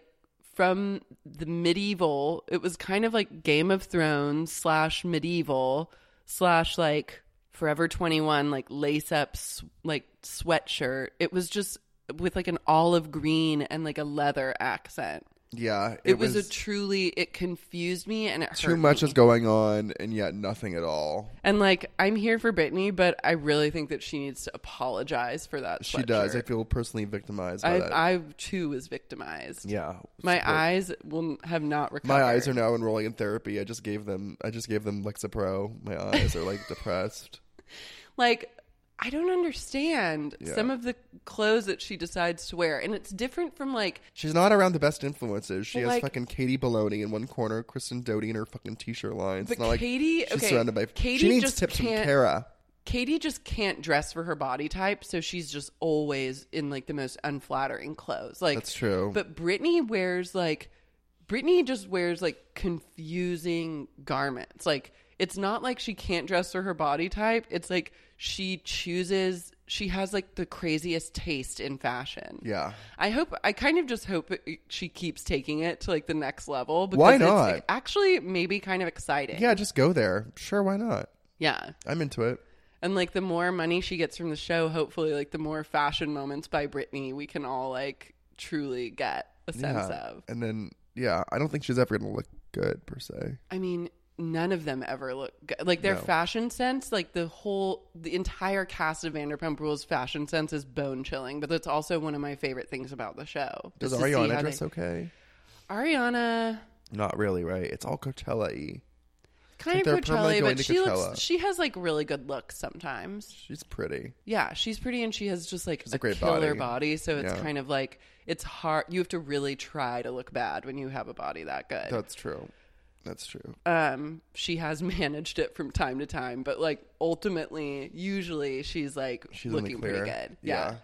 from the medieval. It was kind of like Game of Thrones slash medieval slash like Forever Twenty One like lace up s- like sweatshirt. It was just with like an olive green and like a leather accent.
Yeah,
It, was, a truly. It confused me and it hurt
too much
me.
is going on and yet nothing at all.
And like, I'm here for Brittany, but I really think that she needs to apologize for that.
She does. I
sweatshirt.
feel personally victimized by
I,
that.
I too was victimized.
yeah,
My
But
eyes will have not recovered.
My eyes are now enrolling in therapy. I just gave them. I just gave them Lexapro. My eyes are like depressed.
like I don't understand some of the clothes that she decides to wear. And it's different from like,
She's not around the best influences. She
Well,
has
like-
fucking Katie Baloney in one corner, Kristen Doty in her fucking t-shirt lines.
But
It's not like
Katie-
she's
okay,
surrounded by.
Katie
she needs
just
tips
can't-
from Kara.
Katie just can't dress for her body type. So she's just always in like the most unflattering clothes. Like,
That's true.
But Brittany wears like, Brittany just wears like confusing garments. Like, it's not like she can't dress for her body type. It's like she chooses, she has like the craziest taste in fashion.
Yeah.
I hope I kind of just hope it- she keeps taking it to like the next level. Because
Why
it's,
not?
like, actually, maybe kind of exciting.
Yeah, just go there. Sure, why not?
yeah.
I'm into it.
And like the more money she gets from the show, hopefully, like the more fashion moments by Britney we can all like truly get a sense
Yeah.
of.
And then yeah, I don't think she's ever gonna look good per se.
I mean, none of them ever look good. like their
No.
fashion sense. Like the whole, the entire cast of Vanderpump Rules fashion sense is bone chilling. But that's also one of my favorite things about the show.
Does
is to see
Ariana
how
dress
they-
okay?
Ariana.
Not really, right? It's all Coachella y.
Kind
they're
of
permanently
Coachella,
going
but
to
she
Coachella.
looks. She has like really good looks sometimes.
She's pretty.
Yeah, she's pretty and she has just like
She's a great
killer
body.
body. so it's
Yeah.
kind of like it's hard you have to really try to look bad when you have a body that good.
That's true. That's true.
um she has managed it from time to time, but like ultimately usually she's like
She's in the
looking pretty
clear.
good.
Yeah.
Yeah.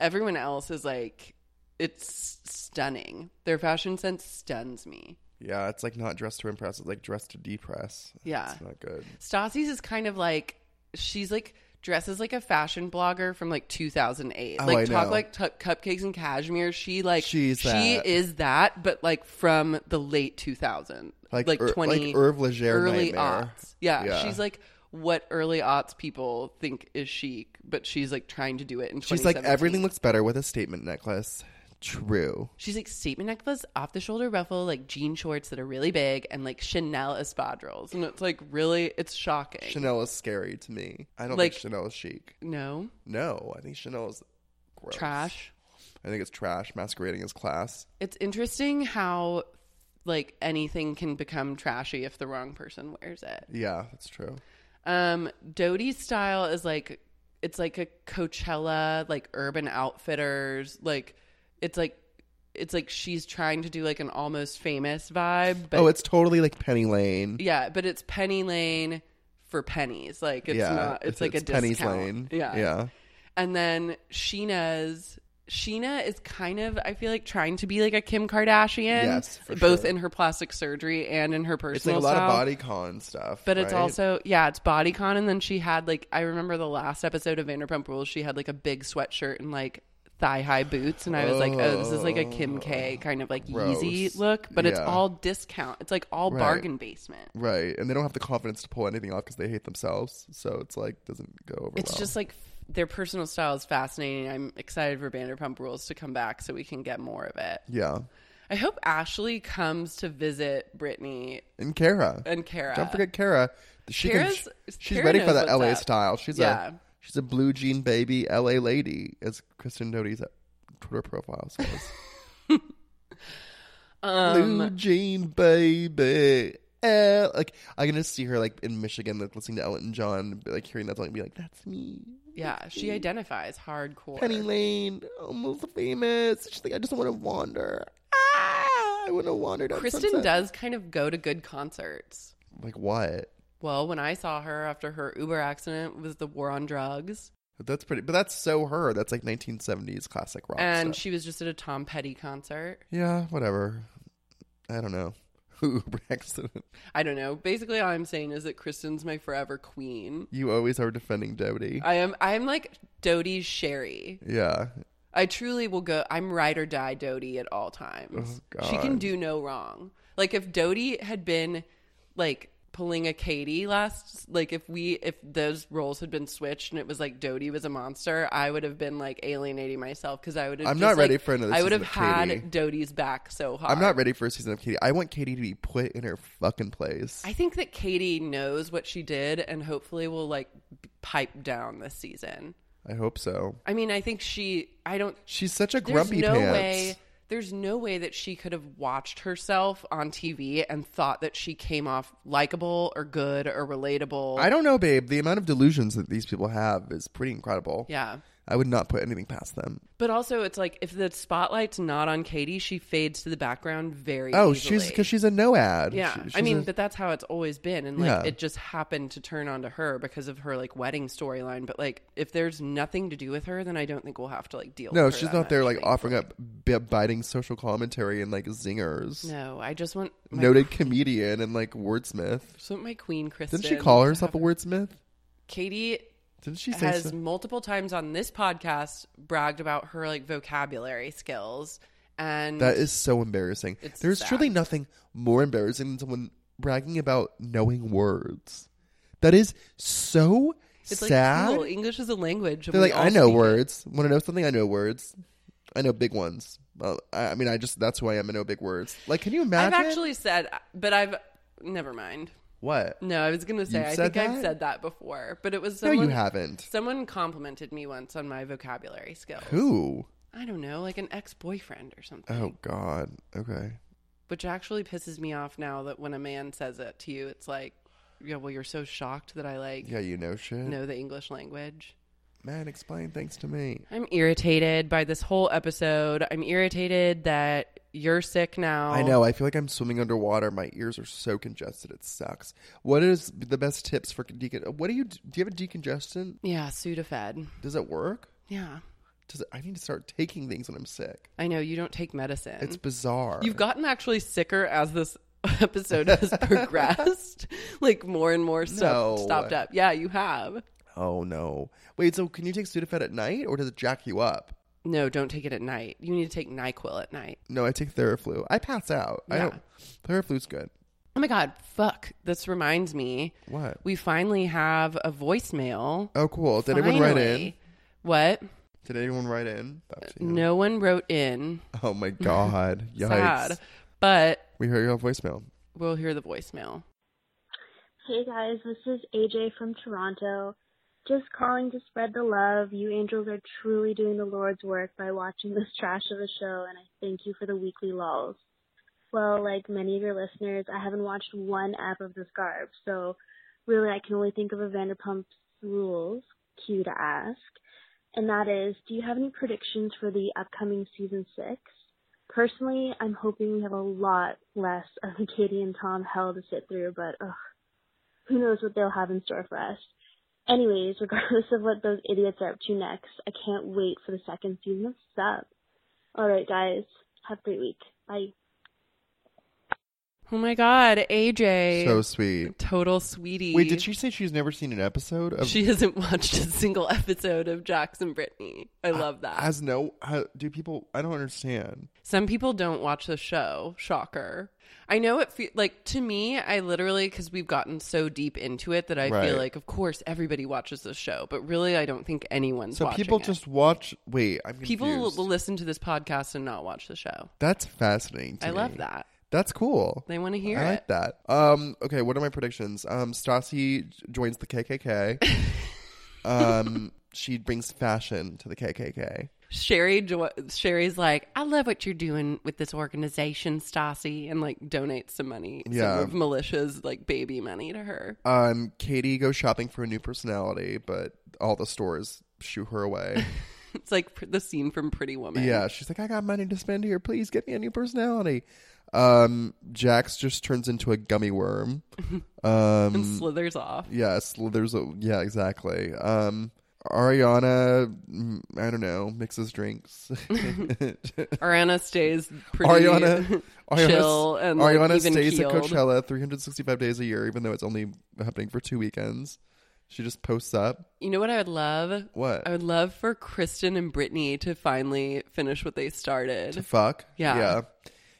Everyone else is like it's stunning. Their fashion sense stuns me.
Yeah, it's like not dressed to impress. It's like dressed to depress.
Yeah.
it's not good.
Stassi's is kind of like she's like dresses like a fashion blogger from like 2008.
Oh,
like
I
talk
know.
like tu- cupcakes and cashmere. She like
She's
she
that.
is that, but like from the late 2000,
Like
like,
Ir-
20
like Irv Legere
early
nightmare.
aughts. Yeah,
Yeah.
she's like what early aughts people think is chic, but she's like trying to do it in.
She's like
2017.
everything looks better with a statement necklace. True.
She's like statement necklace, off the shoulder ruffle, like jean shorts that are really big, and like Chanel espadrilles, and it's like really, it's shocking.
Chanel is scary to me. I don't
Like-
think Chanel is chic.
no
No, I think Chanel is gross.
trash.
I think it's trash masquerading as class.
It's interesting how like anything can become trashy if the wrong person wears it.
Yeah, that's true.
Um Doty's style is like it's like a Coachella like urban outfitters like it's like it's like she's trying to do like an almost famous vibe but
oh, it's totally like Penny Lane.
yeah, but it's penny lane for pennies. Like it's
yeah,
not it's, like a
Penny's
discount.
Lane.
Yeah.
yeah.
And then Sheena's Sheena is kind of I feel like trying to be like a Kim Kardashian,
Yes, for
both
sure.
in her plastic surgery and in her personal
It's like a lot
style.
of body con stuff,
But it's
right?
also yeah, it's body con, and then she had like I remember the last episode of Vanderpump Rules, she had like a big sweatshirt and like thigh high boots, and I was like, oh, this is like a Kim K kind of like
Oh. Gross.
Yeezy look, but it's
Yeah.
all discount. It's like all
Right.
bargain basement.
right, and they don't have the confidence to pull anything off because they hate themselves. So it's like doesn't go over.
It's
well.
just like f- their personal style is fascinating. I'm excited for Vanderpump Rules to come back so we can get more of it.
yeah,
I hope Ashley comes to visit Brittany
and Kara
and Kara.
Don't forget Kara. She can,
Kara's-
she's
Kara
ready for
knows
the
what's
LA
up.
style. She's
Yeah.
a she's a blue jean baby LA lady, as Kristen Doty's Twitter profile says.
Um,
blue jean baby. Eh, like I can just see her like in Michigan, like listening to Elton John, like hearing that song, and be like, "That's me."
Yeah, she identifies hardcore.
Penny Lane, almost famous. She's like, I just want to wander. Ah, I want to wander. Down
Kristen
Sunset."
does kind of go to good concerts.
Like what?
Well, when I saw her after her Uber accident was the war on drugs,
That's pretty, but that's so her. That's like 1970s classic rock.
and
stuff.
she was just at a Tom Petty concert.
yeah, whatever. I don't know. Uber accident.
I don't know. Basically, all I'm saying is that Kristen's my forever queen.
You always are defending Doty.
I am. I'm like Dodie's Sherry.
yeah,
I truly will go. I'm ride or die Dodie at all times.
Oh,
She can
God.
do no wrong. Like if Dodie had been like pulling a Katie last, like if we if those roles had been switched and it was like Dodie was a monster, I would have been like alienating myself because I would. have
I'm
just,
not
like-
ready for another
I would have
season of
had
Katie.
Dodie's back so hard.
I'm not ready for a season of Katie. I want Katie to be put in her fucking place.
I think that Katie knows what she did and hopefully will like pipe down this season.
I hope so.
I mean, I think she. I don't.
She's such a
There's
grumpy
no
pants.
way there's no way that she could have watched herself on TV and thought that she came off likable or good or relatable.
I don't know, babe. The amount of delusions that these people have is pretty incredible.
Yeah.
I would not put anything past them.
But also, it's like if the spotlight's not on Katie, she fades to the background very.
Oh,
easily.
she's because she's a no ad.
Yeah,
She-
I
she's
mean,
a-
but that's how it's always been, and like
Yeah.
it just happened to turn onto her because of her like wedding storyline. But like, if there's nothing to do with her, then I don't think we'll have to like deal.
no,
with her
she's
that
not there
much,
like offering up b- biting social commentary and like zingers.
No, I just want my,
Noted comedian and like wordsmith.
Just want my queen Kristen.
Didn't she call
to
herself a
have-
wordsmith?
Katie
Didn't she say
has
so?
multiple times on this podcast bragged about her like vocabulary skills, and
That is so embarrassing.
It's
There's
sad.
truly nothing more embarrassing than someone bragging about knowing words. That is so
it's like
sad.
cool. English is a language. and
They're
we
like,
all
I know
speak it."
words. Want to know something? I know words. I know big ones. Well, I, I mean, I just that's who I am. I know big words. Like, can you imagine?
I've actually Mm, said, but I've never mind.
what?
No, I was gonna say
You've
I
said
think I've
that?
said that before, but it was
No,
someone,
you haven't.
Someone complimented me once on my vocabulary skills.
Who?
I don't know, like an ex-boyfriend or something.
Oh God. Okay.
which actually pisses me off now that when a man says it to you, it's like, yeah, well, you're so shocked that I like
Yeah, you know shit.
know the English language.
Man, explain things to me.
I'm irritated by this whole episode. I'm irritated that you're sick now.
I know. I feel like I'm swimming underwater. My ears are so congested. It sucks. What is the best tips for decon? What do you do? You have a decongestant?
Yeah, Sudafed.
Does it work?
Yeah,
Does it, I need to start taking things when I'm sick?
I know you don't take medicine.
It's bizarre.
You've gotten actually sicker as this episode has progressed. like more and more stuff
No.
stopped up. Yeah, you have.
Oh no! Wait. So can you take Sudafed at night, or does it jack you up?
No, don't take it at night. You need to take NyQuil at night.
No, I take Theraflu. I pass out. I
Yeah.
don't. Theraflu's good.
Oh my god, fuck. This reminds me.
What?
We finally have a voicemail.
Oh, cool. Did anyone write in?
Finally. What?
Did anyone write in? Up to you.
No one wrote in.
Oh my God! Yikes!
Sad. But
We heard your voicemail.
we'll hear the voicemail.
Hey guys, this is AJ from Toronto. Just calling to spread the love. You angels are truly doing the Lord's work by watching this trash of a show, and I thank you for the weekly lulls. Well, like many of your listeners, I haven't watched one app of this garb, so really I can only think of a Vanderpump's rules, cue to ask. And that is, do you have any predictions for the upcoming season six? Personally, I'm hoping we have a lot less of the Katie and Tom hell to sit through, but ugh, who knows what they'll have in store for us. Anyways, regardless of what those idiots are up to next, I can't wait for the second season of Sub. Alright guys, have a great week. Bye.
Oh my god, AJ.
So sweet.
total sweetie.
Wait, did she say she's never seen an episode of?
She hasn't watched a single episode of Jackson Brittany. I
Uh,
love that.
Has no? How, do people? I don't understand.
Some people don't watch the show. Shocker. I know it fe- like to me, I literally cuz we've gotten so deep into it that I
Right.
feel like of course everybody watches the show, but really I don't think anyone's
So
watching
people
it.
just watch. Wait, I'm confused.
people l- listen to this podcast and not watch the show.
That's fascinating. to
I love
me.
that.
That's cool.
They wanna hear
I like
it.
that. Um, okay, what are my predictions? Um, Stassi j- joins the KKK. um, she brings fashion to the KKK.
Sherry jo- Sherry's like, "I love what you're doing with this organization, Stassi," and like donates some money,
Yeah.
some of Militia's like baby money to her.
Um, Katie goes shopping for a new personality, but all the stores shoo her away.
It's like pr- the scene from Pretty Woman.
yeah, she's like, I got money to spend here. Please get me a new personality. Um, Jax just turns into a gummy worm.
and
Um,
slithers off.
Yes, there's a yeah, exactly. Um, Ariana, mm, I don't know, mixes drinks.
Ariana stays pretty
Ariana, Ariana,
chill and like,
Ariana
even
stays
keeled.
at Coachella 365 days a year, even though it's only happening for two weekends. She just posts up.
You know what I would love?
What?
I would love for Kristen and Brittany to finally finish what they started.
To fuck.
Yeah.
Yeah.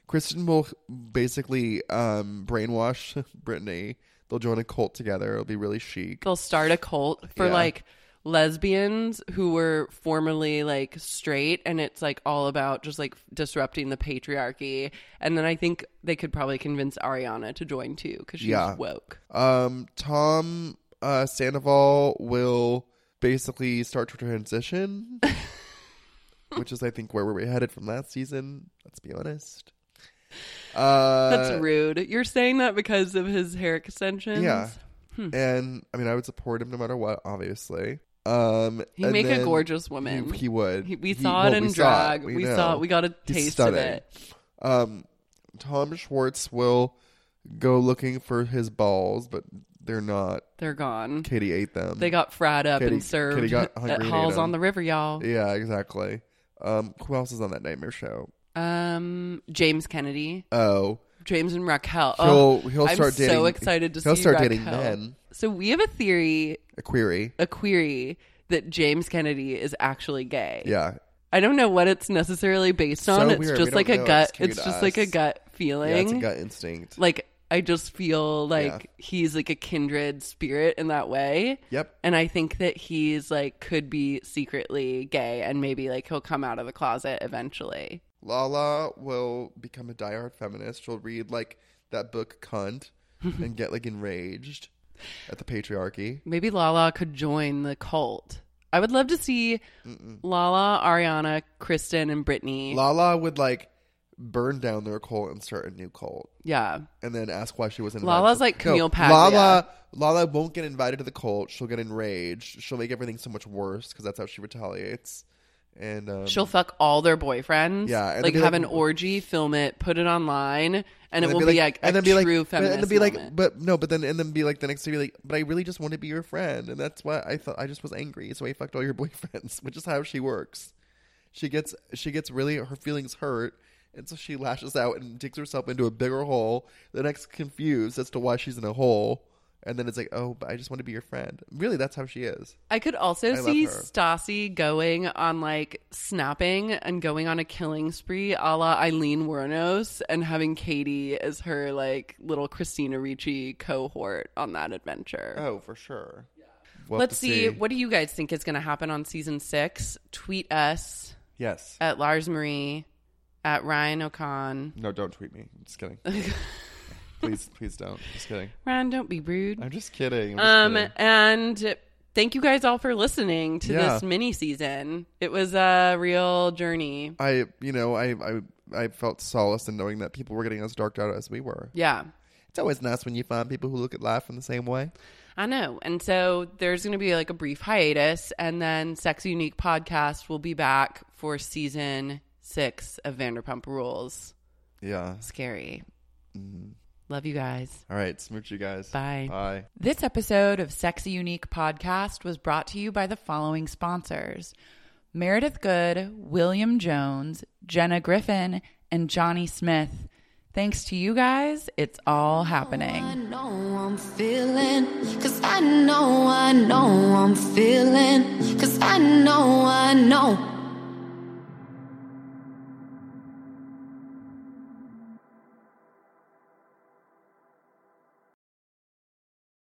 Kristen will basically um, brainwash Brittany. They'll join a cult together. It'll be really chic.
They'll start a cult for
Yeah.
like lesbians who were formerly like straight and it's like all about just like disrupting the patriarchy and then i think they could probably convince ariana to join too because she's
Yeah.
woke
Um, Tom uh, Sandoval will basically start to transition. which is, I think, where we were headed from last season. Let's be honest. Uh,
That's rude. You're saying that because of his hair extensions?
Yeah.
Hmm.
And I mean, I would support him no matter what, obviously. Um,
He'd
and
make a
then
gorgeous woman.
He, he would.
He- we saw it in
we
drag. We saw it. We got a taste of it.
Um, Tom Schwartz will go looking for his balls, but they're not.
They're gone.
Katie ate them.
They got fried up
Katie-
and served
Katie got hungry
at
and ate
Halls on the
them.
River, y'all.
Yeah, exactly. Um, who else is on that nightmare show?
Um, James Kennedy,
Oh,
James and Raquel. Oh,
He'll- he'll
I'm
start
so
dating-
excited to
he'll
see
start
Raquel.
dating men.
So we have a theory,
a query.
a query that James Kennedy is actually gay.
Yeah,
I don't know what it's necessarily based
So
on. It's
weird. We
just
don't
like a
know.
gut.
It's curious
It's
to
just like a
us.
gut feeling.
yeah, it's a gut instinct.
Like I just feel like he's like a kindred spirit in that way.
Yep.
And I think that he's like could be secretly gay and maybe like he'll come out of the closet eventually.
Lala will become a diehard feminist. She'll read like that book Cunt and get like enraged at the patriarchy.
Maybe Lala could join the cult. I would love to see Lala, Ariana, Kristen, and Brittany.
Lala would like burn down their cult and start a new cult.
yeah.
And then ask why she wasn't.
Lala's
invited
like
to-
Camille
Lala, Lala won't get invited to the cult. She'll get enraged. She'll make everything so much worse because that's how she retaliates. And um,
She'll fuck all their boyfriends.
Yeah, and
Like
they'll be
have
like-
an orgy, film it, put it online, and, it
then
will be like,
and
a
then be like,
true
but-
feminist.
And then be like,
moment.
but no, but then and then be like the next day, be like, but I really just want to be your friend, and that's why I thought I just was angry, so I fucked all your boyfriends, which is how she works. She gets she gets really her feelings hurt, and so she lashes out and digs herself into a bigger hole. The next confused as to why she's in a hole, and then it's like, oh, but I just want to be your friend. Really, that's how she is.
I could also
I love
see
her.
Stassi going on like snapping and going on a killing spree a la Eileen Wuornos and having Katie as her like little Christina Ricci cohort on that adventure.
Oh, for sure. We'll have
Let's
to
see. What do you guys think is going to happen on season six? Tweet us
Yes.
at Lars Marie, at Ryan O'Con.
No, don't tweet me. I'm just kidding. please, please don't. Just kidding.
Ryan, don't be rude.
I'm just kidding. I'm
Um,
just kidding.
and thank you guys all for listening to
Yeah.
this mini season. It was a real journey.
I you know I I I felt solace in knowing that people were getting as dark out as we were.
Yeah.
It's always nice when you find people who look at life in the same way.
I know. And so there's going to be like a brief hiatus, and then Sex Unique podcast will be back for season six of Vanderpump Rules.
Yeah.
Scary.
Mm-hmm.
Love you guys.
All right, smooch you guys.
Bye.
Bye.
This episode of Sexy Unique Podcast was brought to you by the following sponsors Meredith Good, William Jones, Jenna Griffin, and Johnny Smith. Thanks to you guys, it's all happening.
I know I'm feeling, cause I know, I know I'm feeling, cause I know, I know